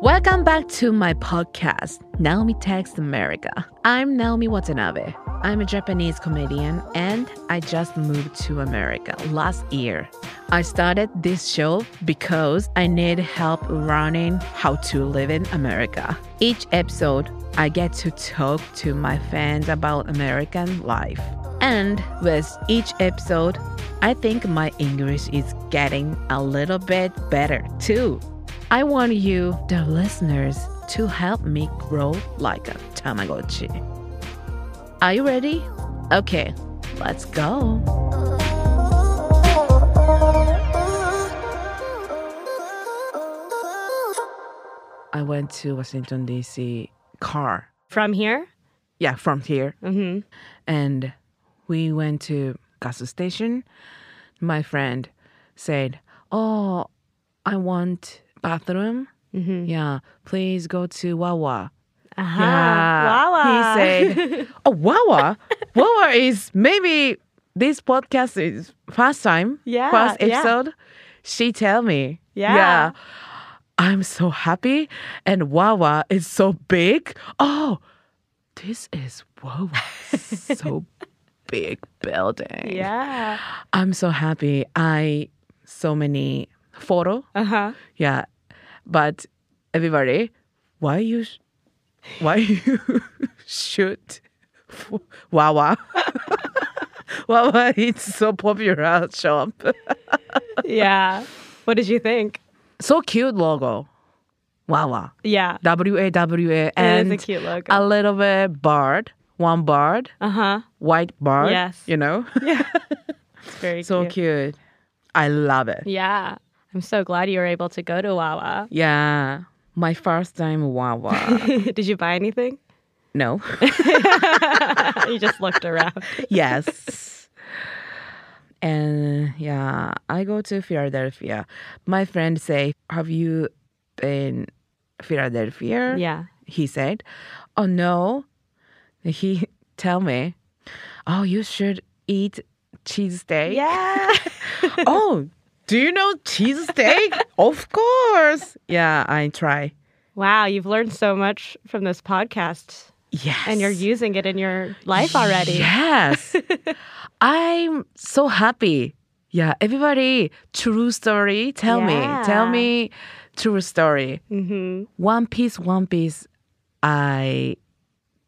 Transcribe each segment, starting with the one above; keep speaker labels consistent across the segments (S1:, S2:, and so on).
S1: Welcome back to my podcast, Naomi Text America. I'm Naomi Watanabe. I'm a Japanese comedian and I just moved to America last year. I started this show because I need help learning how to live in America. Each episode, I get to talk to my fans about American life. And with each episode, I think my English is getting a little bit better too. I want you, the listeners, to help me grow like a Tamagotchi. Are you ready? Okay, let's go. I went to Washington, D.C. car.
S2: From here?
S1: Yeah, from here.
S2: Mm-hmm.
S1: And we went to gas station. My friend said, "Oh, I want bathroom.
S2: Mm-hmm.
S1: Yeah, please go to Wawa."
S2: Uh-huh.
S1: Yeah.
S2: Wawa.
S1: He said, "Oh, Wawa. Wawa is maybe this podcast is first time.
S2: Yeah,
S1: first
S2: yeah.
S1: episode. She tell me.
S2: Yeah.
S1: I'm so happy, and Wawa is so big. Oh, this is Wawa, so big building.
S2: yeah.
S1: I'm so happy. I so many photo.
S2: Uh-huh.
S1: Yeah, but everybody, why you, sh- why you shoot f- Wawa? Wawa, it's so popular shop.
S2: Yeah. what did you think?
S1: So cute logo, Wawa.
S2: Yeah.
S1: W A W A and
S2: it is a cute logo.
S1: a little bit bird, one bird,
S2: uh-huh.
S1: white bird.
S2: Yes.
S1: you know,
S2: It's very
S1: so
S2: cute.
S1: cute. I love it.
S2: Yeah. I'm so glad you were able to go to Wawa.
S1: Yeah, my first time Wawa.
S2: did you buy anything?
S1: no.
S2: you just looked around.
S1: yes. And yeah, I go to Philadelphia. My friend say, "Have you been Philadelphia?"
S2: Yeah.
S1: He said, "Oh no." He tell me, "Oh, you should eat cheesesteak."
S2: Yeah.
S1: oh, do you know cheesesteak? of course. Yeah, I try.
S2: wow, you've learned so much from this podcast
S1: Yes.
S2: and you're using it in your life already.
S1: Yes. I'm so happy. Yeah, everybody, true story. Tell me, tell
S2: Yeah.
S1: me, true story.
S2: Mhm.
S1: One piece, one piece. I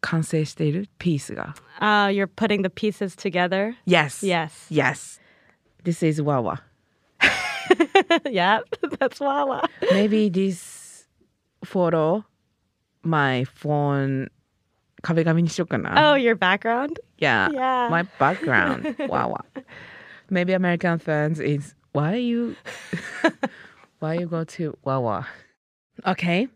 S1: 完成しているピースが。
S2: Uh, you're putting the pieces together.
S1: Yes.
S2: Yes.
S1: Yes. This is Wawa.
S2: yep. That's Wawa.
S1: Maybe this photo, my phone 壁紙にしようかな。
S2: Oh, your background?
S1: yeah.
S2: yeah.
S1: uh, My background. Wawa. Maybe American fans is why you why you go to Wawa. Okay.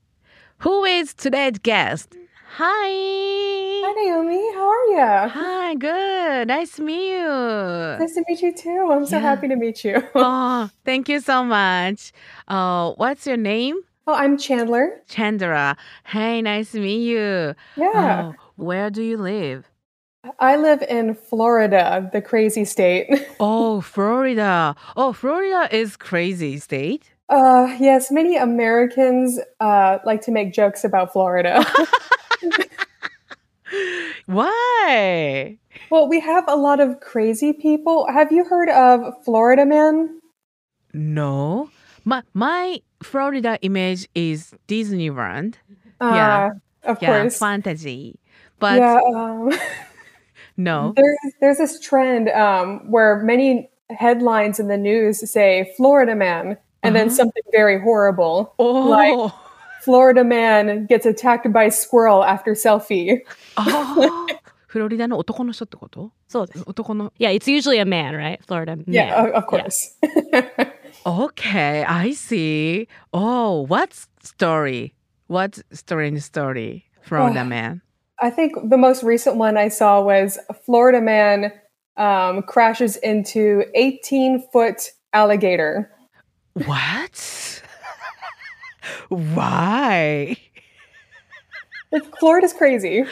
S1: Who is today's guest?
S3: Hi
S1: Hi.
S3: Naomi, how are you?
S1: Hi, good. Nice to meet you.
S3: Nice to meet you too. I'm so
S1: Yeah.
S3: happy to meet you. Oh,
S1: Oh, thank you so much. Uh, what's your name?
S3: Oh, I'm Chandler.
S1: Chandra. Hey, nice to meet you.
S3: Yeah.
S1: Oh, where do you live?
S3: I live in Florida, the crazy state.
S1: Oh, Florida. Oh, Florida is crazy state.
S3: Uh, yes, many Americans uh, like to make jokes about Florida.
S1: Why?
S3: well, we have a lot of crazy people. Have you heard of Florida Man?
S1: No. My my Florida image is Disneyland.
S3: Uh,
S1: Yeah.
S3: Of
S1: Yeah,
S3: course.
S1: fantasy. But
S3: yeah, um,
S1: no.
S3: there's, there's this trend um, where many headlines in the news say Florida Man and then
S1: Uh-huh.
S3: something very horrible.
S1: Oh.
S3: like- Florida man gets attacked by squirrel after selfie.
S1: あーフロリダの男の人ってこと
S2: So
S1: 男の
S2: Yeah, it's usually a man, right? Florida man.
S3: Yeah, o- of course.
S1: Okay, I see. Oh, what story? What strange story from the
S3: Oh.
S1: man?
S3: I think the most recent one I saw was a Florida man um, crashes into 18 foot alligator.
S1: What? Why?
S3: Like, Florida's crazy.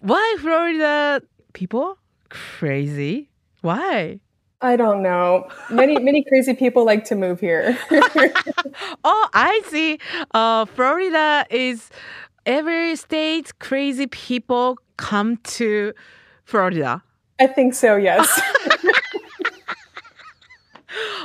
S1: Why Florida people crazy? Why?
S3: I don't know. Many many crazy people like to move here.
S1: Oh, I see. Uh, Florida is every state crazy people come to Florida.
S3: I think so. Yes.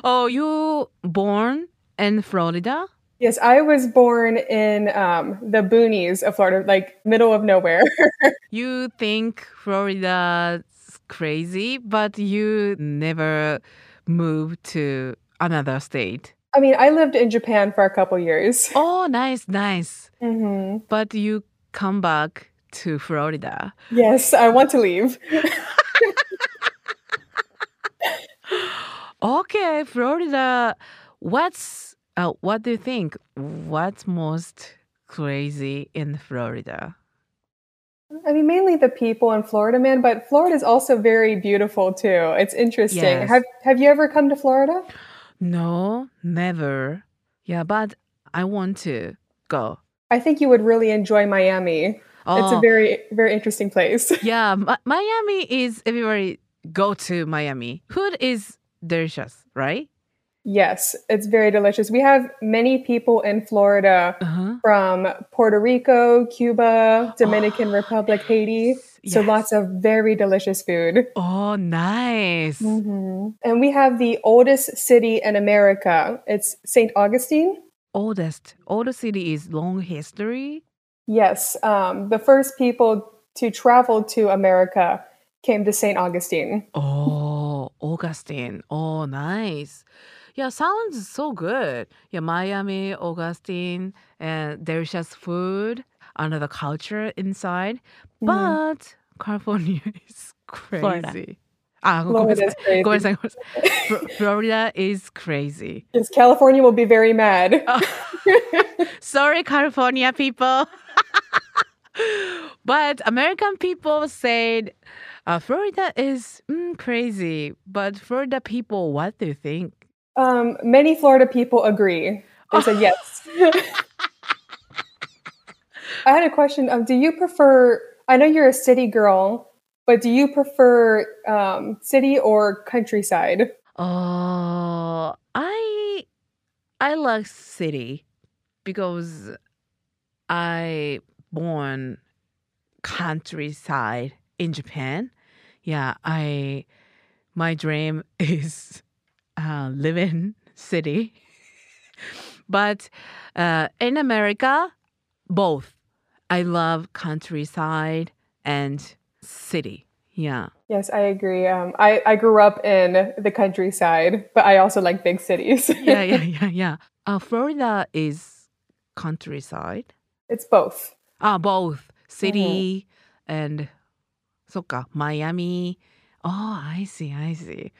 S1: Oh, you born in Florida?
S3: yes, I was born in um, the boonies of Florida, like middle of nowhere.
S1: You think Florida's crazy, but you never moved to another state.
S3: I mean, I lived in Japan for a couple years.
S1: Oh, nice, nice.
S3: hmm
S1: But you come back to Florida.
S3: Yes, I want to leave.
S1: Okay, Florida. What's uh, what do you think? What's most crazy in Florida?
S3: I mean, mainly the people in Florida, man. But Florida is also very beautiful too. It's interesting.
S1: Yes.
S3: Have Have you ever come to Florida?
S1: No, never. Yeah, but I want to go.
S3: I think you would really enjoy Miami.
S1: Oh,
S3: It's a very very interesting place.
S1: yeah. Mi- Miami is everybody go to Miami. Food is delicious, right?
S3: yes, it's very delicious. We have many people in Florida
S1: Uh-huh.
S3: from Puerto Rico, Cuba, Dominican
S1: Oh,
S3: Republic, Haiti. So
S1: yes.
S3: lots of very delicious food.
S1: Oh, nice. Mm-hmm.
S3: Mhm. And we have the oldest city in America. It's St. Augustine.
S1: Oldest, oldest city is long history.
S3: Yes, um, the first people to travel to America came to St. Augustine.
S1: Oh, Augustine. Oh, nice. Yeah, sounds so good. Yeah, Miami, Augustine, and delicious food, another culture inside.
S3: Mhm.
S1: But California is
S2: Florida.
S1: crazy. Ah, ごめん
S3: Florida is
S1: なさい。
S3: crazy.
S1: ごめんなさい、ごめんなさい。Fro- Florida is crazy.
S3: 'Cause California will be very mad.
S1: Oh. Sorry, California people. but American people said uh, Florida is mm, crazy. But Florida people, what do you think?
S3: Um, many Florida people agree. They said yes. I had a question. Um, do you prefer? I know you're a city girl, but do you prefer um, city or countryside?
S1: Oh, I I like city because I born countryside in Japan. Yeah, I my dream is uh, live in city, but uh, in America, both. I love countryside and city. Yeah.
S3: Yes, I agree. Um, I I grew up in the countryside, but I also like big cities.
S1: yeah, yeah, yeah, yeah. Uh, Florida is countryside.
S3: it's both.
S1: Ah, both city and そっか Miami. Oh, I see, I see.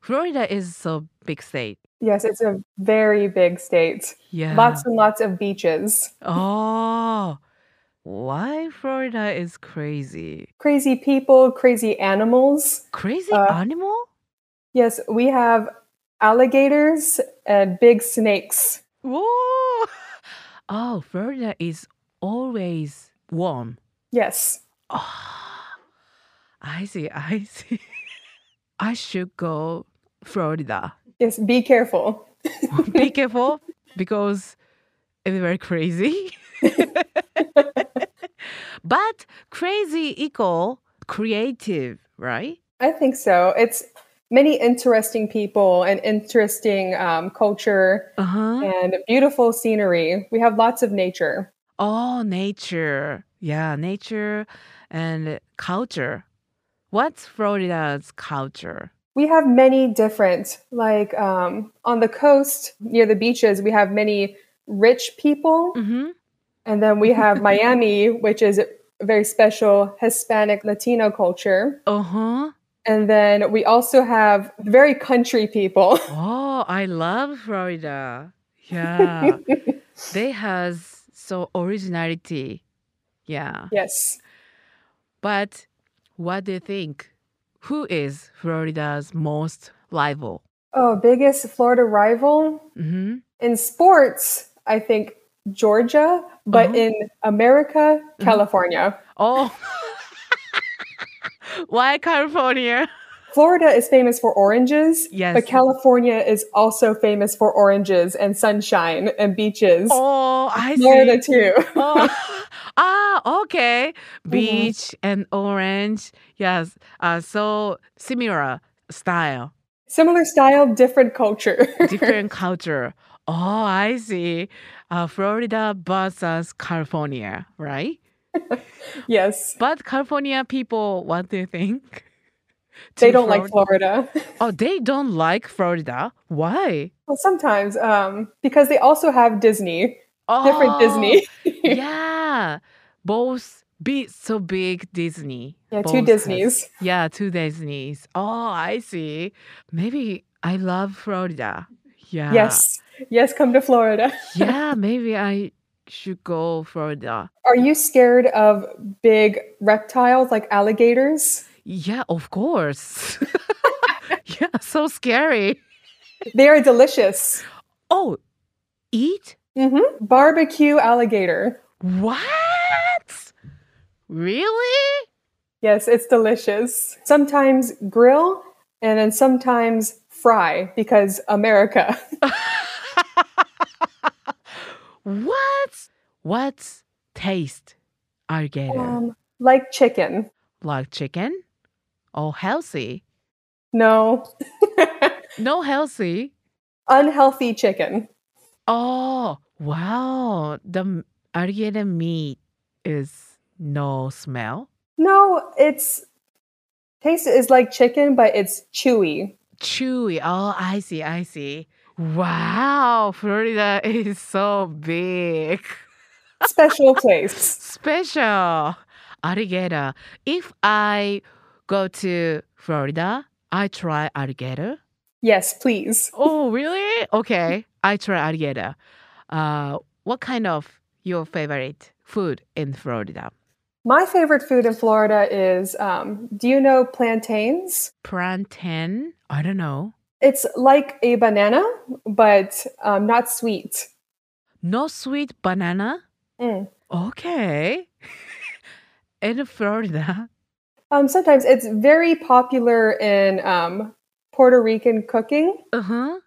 S1: Florida is so big state.
S3: Yes, it's a very big state.
S1: Yeah.
S3: Lots and lots of beaches.
S1: Oh, why Florida is crazy?
S3: Crazy people, crazy animals.
S1: Crazy
S3: Uh,
S1: animal?
S3: Yes, we have alligators and big snakes.
S1: Whoa! Oh, Florida is always warm.
S3: Yes.
S1: Oh, I see. I see. I should go Florida.
S3: Yes, be careful.
S1: Be careful because it's very crazy. but crazy equal creative, right?
S3: I think so. It's many interesting people and interesting um, culture
S1: Uh huh.
S3: and beautiful scenery. We have lots of nature.
S1: Oh, nature. Yeah, nature and culture. What's Florida's culture?
S3: We have many different, like um, on the coast near the beaches, we have many rich people.
S1: Mm-hmm.
S3: And then we have Miami, which is a very special Hispanic Latino culture.
S1: Uh huh.
S3: And then we also have very country people.
S1: Oh, I love Florida. Yeah. they has so originality. Yeah.
S3: yes.
S1: But what do you think? Who is Florida's most rival?
S3: Oh, biggest Florida rival
S1: hmm
S3: in sports, I think Georgia, but
S1: Uh-huh.
S3: in America,
S1: Mm-hmm.
S3: California.
S1: Oh. Why California?
S3: Florida is famous for oranges,
S1: Yes.
S3: but California is also famous for oranges and sunshine and beaches.
S1: Oh, I see.
S3: Florida too.
S1: oh, ah, okay. Beach and orange. Yes. Uh, so similar style,
S3: Similar style, different culture.
S1: different culture. Oh, I see. Uh, Florida versus California, right?
S3: yes.
S1: But California people, what do you think?
S3: They
S1: To
S3: don't like
S1: Florida-
S3: Florida.
S1: Oh, they don't like Florida. Why?
S3: Well, sometimes, um, because they also have Disney, different
S1: Oh,
S3: Disney.
S1: yeah, both be so big Disney.
S3: Yeah, two
S1: Both has-
S3: Disneys.
S1: Yeah, two Disneys. Oh, I see. Maybe I love Florida. Yeah.
S3: Yes. Yes, come to Florida.
S1: yeah, maybe I should go Florida.
S3: Are you scared of big reptiles like alligators?
S1: Yeah, of course. yeah, so scary.
S3: They are delicious.
S1: Oh, eat
S3: hmm Barbecue alligator.
S1: what? Really?
S3: Yes, it's delicious. Sometimes grill and then sometimes fry because America.
S1: What? What taste are getting?
S3: Um, like chicken.
S1: like chicken? Or healthy?
S3: No.
S1: No healthy.
S3: Unhealthy chicken.
S1: Oh, wow. The m- alligator meat is no smell.
S3: No, it's taste is like chicken, but it's chewy.
S1: Chewy. Oh, I see. I see. Wow. Florida is so big.
S3: Special place.
S1: Special. Alligator. If I go to Florida, I try alligator.
S3: Yes, please.
S1: Oh, really? Okay. I try alligator. Uh, what kind of your favorite food in Florida?
S3: My favorite food in Florida is um, do you know plantains?
S1: Plantain? I don't know.
S3: It's like a banana, but um, not sweet.
S1: No sweet banana?
S3: Mm.
S1: Okay. in Florida.
S3: Um, sometimes it's very popular in um, Puerto Rican cooking.
S1: Uh-huh.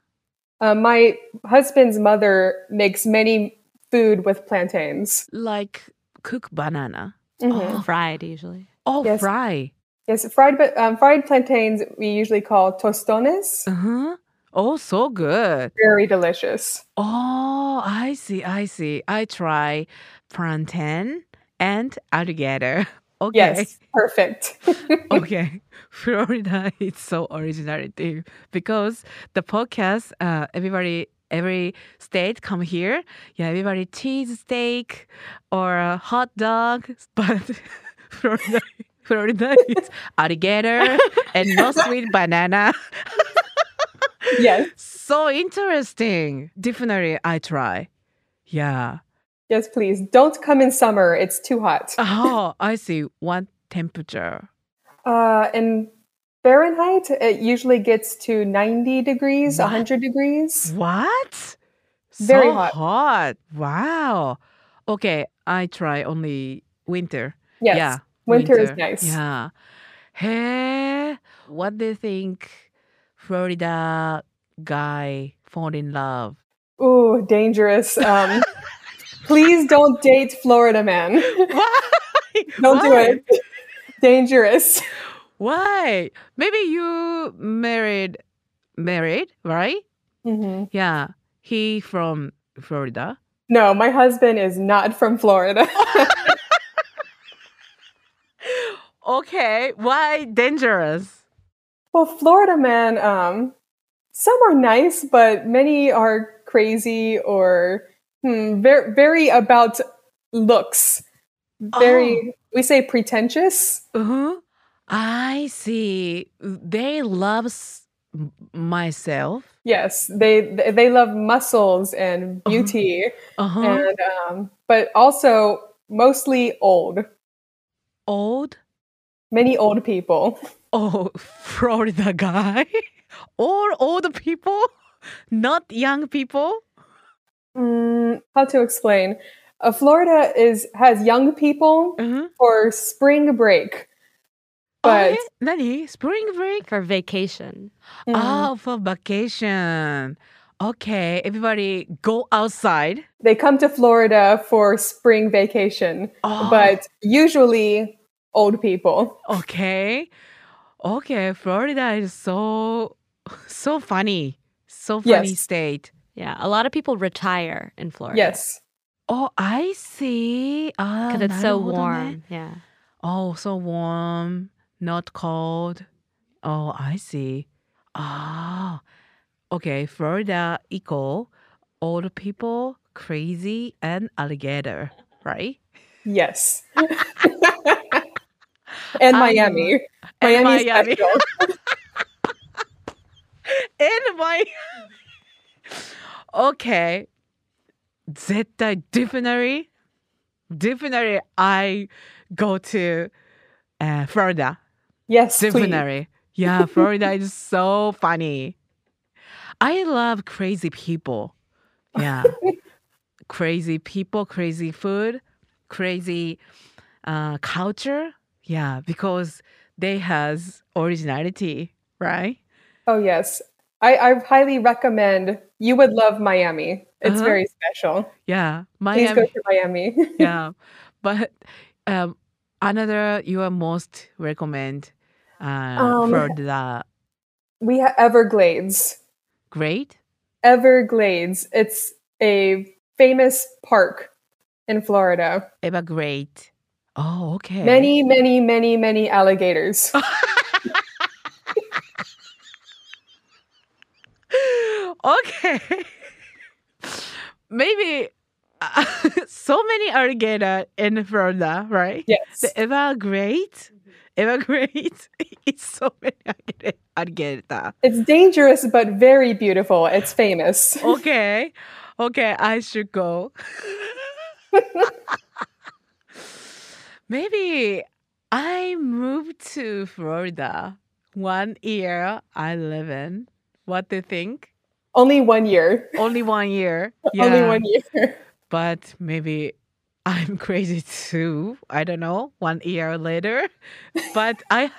S3: Uh, my husband's mother makes many food with plantains.
S1: Like cook banana.
S3: Mhm.
S2: Mm-hmm.
S1: Oh.
S2: Fried usually.
S1: Oh,
S3: Yes.
S1: fry.
S3: Yes, fried ba- um, fried plantains we usually call tostones.
S1: Uh-huh. Oh, so good.
S3: Very delicious.
S1: Oh, I see. I see. I try plantain and alligator. Okay.
S3: Yes, perfect.
S1: okay florida is so originative because the podcast uh, everybody every state come here yeah everybody cheese steak or a hot dog but florida florida is alligator and no sweet banana
S3: yes,
S1: so interesting definitely i try yeah
S3: yes, please. Don't come in summer; it's too hot.
S1: oh i see one temperature
S3: Uh, in Fahrenheit, it usually gets to 90 degrees,
S1: What?
S3: 100 degrees.
S1: What?
S3: Very
S1: so
S3: hot.
S1: hot. Wow. Okay, I try only winter. Mm-hmm.
S3: Yes.
S1: Yeah.
S3: Winter is nice.
S1: Yeah. Hey, what do you think Florida guy fall in love?
S3: Ooh, dangerous. Um, please don't date Florida man.
S1: Why?
S3: Don't do
S1: Why?
S3: it. dangerous.
S1: Why? Maybe you married married, right?
S3: Mhm.
S1: Yeah. He from Florida.
S3: No, my husband is not from Florida.
S1: Okay. Why dangerous?
S3: well, Florida man, um, some are nice, but many are crazy or hmm, very, very about looks.
S1: Oh.
S3: Very, we say pretentious.
S1: Uh-huh. I see. They love s- m- myself.
S3: Yes, they they they love muscles and
S1: Uh-huh.
S3: beauty,
S1: Uh-huh.
S3: and um, but also mostly old.
S1: Old.
S3: Many old people.
S1: Oh, Florida guy. All old people, not young people.
S3: Mm, how to explain? Uh,
S1: Mm.
S3: Florida is has young people
S1: Uh-huh.
S3: for spring break,
S1: Oh,
S3: But
S1: Nani? Spring break?
S2: for vacation.
S3: mm,
S1: Oh, for vacation. Okay, everybody go outside.
S3: they come to Florida for spring vacation,
S1: Oh,
S3: but usually old people.
S1: okay. Okay, Florida is so so funny. So
S3: Yes.
S1: funny state.
S2: Yeah, a lot of people retire in Florida.
S3: Yes.
S1: Oh, I see. Ah,
S2: because it's so
S1: なるほどね。
S2: warm. Yeah,
S1: Oh, so warm, not cold. Oh, I see. Ah, okay. Florida equal old people, crazy, and alligator, right?
S3: Yes. and
S1: Um,
S3: Miami.
S1: and
S3: Miami's uh,
S1: Miami.
S3: special.
S1: And my okay. 絶対 definitely, definitely I go to uh, Florida.
S3: Yes. please.
S1: Definitely. Yeah, Florida is so funny. I love crazy people. Yeah. crazy people, crazy food, crazy uh, culture. Yeah, because they has originality, right?
S3: Oh yes. I, I highly recommend you would love Miami. It's
S1: Uh-huh.
S3: very special.
S1: Yeah. Miami.
S3: Please go to Miami.
S1: yeah. But um, another your most recommend uh,
S3: Um,
S1: for the
S3: we have Everglades.
S1: great?
S3: Everglades. It's a famous park in Florida.
S1: Ever great. Oh, okay.
S3: Many, many, many, many alligators.
S1: okay. Maybe uh, so many alligator in Florida, right?
S3: yes.
S1: The ever great, ever great. It's so many alligator- alligator.
S3: It's dangerous but very beautiful. It's famous.
S1: Okay, okay, I should go. Maybe I moved to Florida one year. I live in. What do you think?
S3: Only one year.
S1: Only one year.
S3: Only
S1: Yeah.
S3: one year.
S1: but maybe I'm crazy too. I don't know. One year later, but I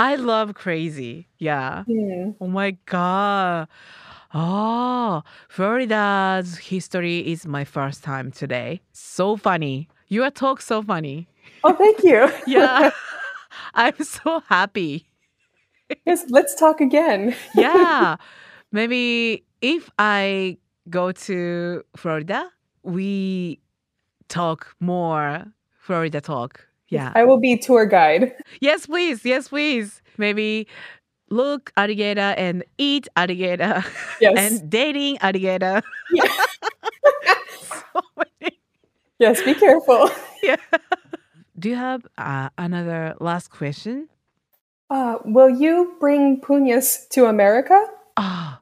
S1: I love crazy. Yeah.
S3: Hmm.
S1: Oh my god. Oh, Florida's history is my first time today. So funny. Your talk so funny.
S3: Oh, thank you.
S1: Yeah. I'm so happy.
S3: Yes, let's talk again.
S1: yeah maybe if i go to florida we talk more florida talk yeah
S3: I will be tour guide.
S1: yes please yes please maybe look alligator and eat alligator
S3: Yes.
S1: and dating alligator
S3: Yeah.
S1: So many-
S3: yes, be careful.
S1: do you have uh, another last question
S3: Uh, will you bring Punyas to America?
S1: oh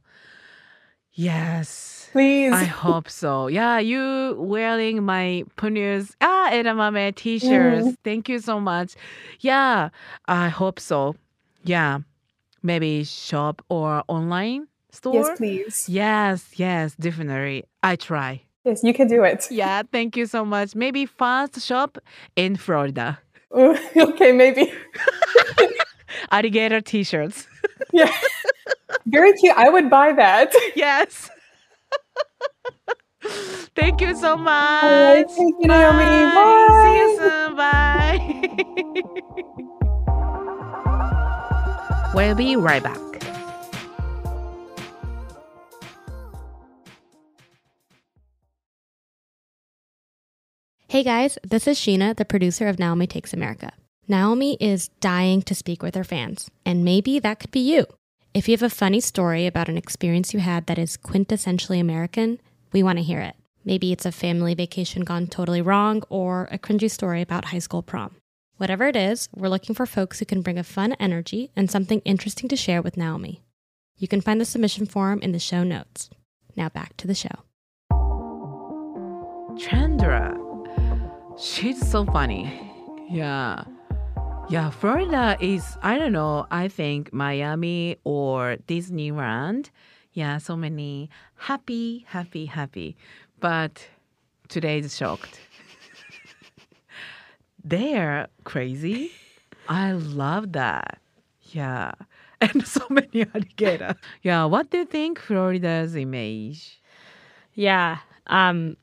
S1: yes
S3: Please.
S1: I hope so. Yeah, you wearing my Punyu's ah edamame t-shirts.
S3: Mm.
S1: Thank you so much. Yeah, I hope so. Yeah, maybe shop or online store.
S3: yes, please.
S1: Yes, yes, definitely. I try.
S3: Yes, you can do it.
S1: Yeah, thank you so much. Maybe fast shop in Florida.
S3: okay, maybe.
S1: Alligator t-shirts.
S3: Yeah. Very cute. I would buy that.
S1: yes. thank you so much.
S3: Alright, thank you, Naomi.
S1: See you
S3: Bye.
S1: soon. Bye. We'll be right back.
S4: Hey guys, this is Sheena, the producer of Naomi Takes America. Naomi is dying to speak with her fans, and maybe that could be you. If you have a funny story about an experience you had that is quintessentially American, we want to hear it. Maybe it's a family vacation gone totally wrong or a cringy story about high school prom. Whatever it is, we're looking for folks who can bring a fun energy and something interesting to share with Naomi. You can find the submission form in the show notes. Now back to the show.
S1: Chandra. She's so funny. Yeah. Yeah, Florida is, I don't know, I think Miami or Disneyland. Yeah, so many happy, happy, happy. But today is shocked. They're crazy. I love that. Yeah. And so many alligator. Yeah. What do you think Florida's image?
S2: Yeah. Um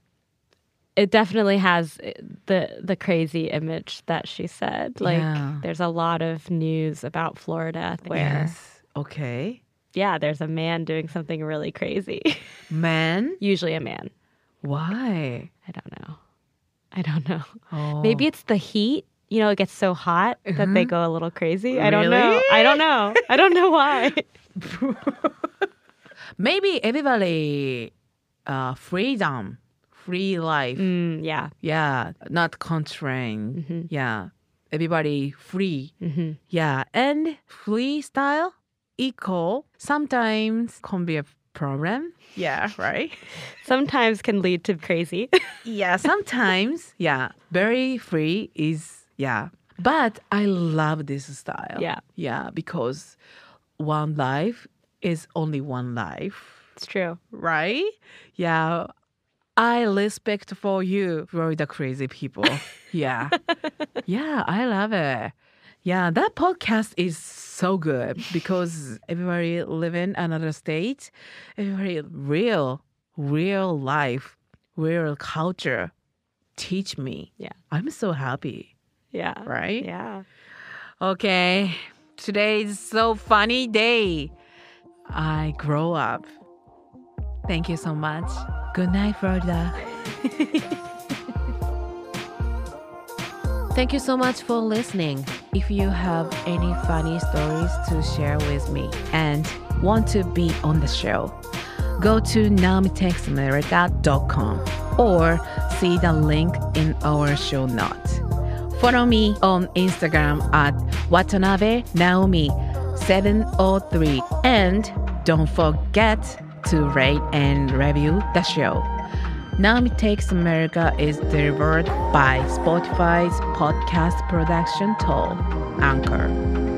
S2: it definitely has eh, the the crazy image that she said. Like
S1: Yeah.
S2: there's a lot of news about Florida where
S1: Yes. Okay.
S2: yeah, there's a man doing something really crazy.
S1: Man?
S2: Usually a man.
S1: Why?
S2: I don't know. I don't know.
S1: Oh. Uh-huh.
S2: Maybe it's the heat. You know, it gets so hot that they go a little crazy. I don't know.
S1: Really?
S2: I don't know. I don't know why.
S1: maybe everybody uh freedom. Free life.
S2: Mm, yeah. Mm-hmm.
S1: Yeah. Not constrained. Yeah. Everybody free. Yeah. And freestyle equal sometimes can be a problem. Yeah, right?
S2: Sometimes can lead to crazy.
S1: yeah, sometimes. Yeah. Very free is yeah. But I love this style.
S2: Yeah.
S1: Yeah, because one life is only one life,
S2: it's true.
S1: right? Yeah. I respect for you, Florida crazy people. Yeah. yeah, I love it. Yeah, that podcast is so good because everybody live in another state, everybody real, real life, real culture teach me.
S2: Yeah.
S1: I'm so happy,
S2: Yeah.
S1: right?
S2: Yeah.
S1: Okay. Today is so funny day. I grow up. Thank you so much. Good night, Florida. Thank you so much for listening. If you have any funny stories to share with me and want to be on the show, go to naomitextamerica.com or see the link in our show notes. Follow me on Instagram at Watanabe Naomi 703 and don't forget to rate and review the show. Naomi Takes America is delivered by Spotify's podcast production tool, Anchor.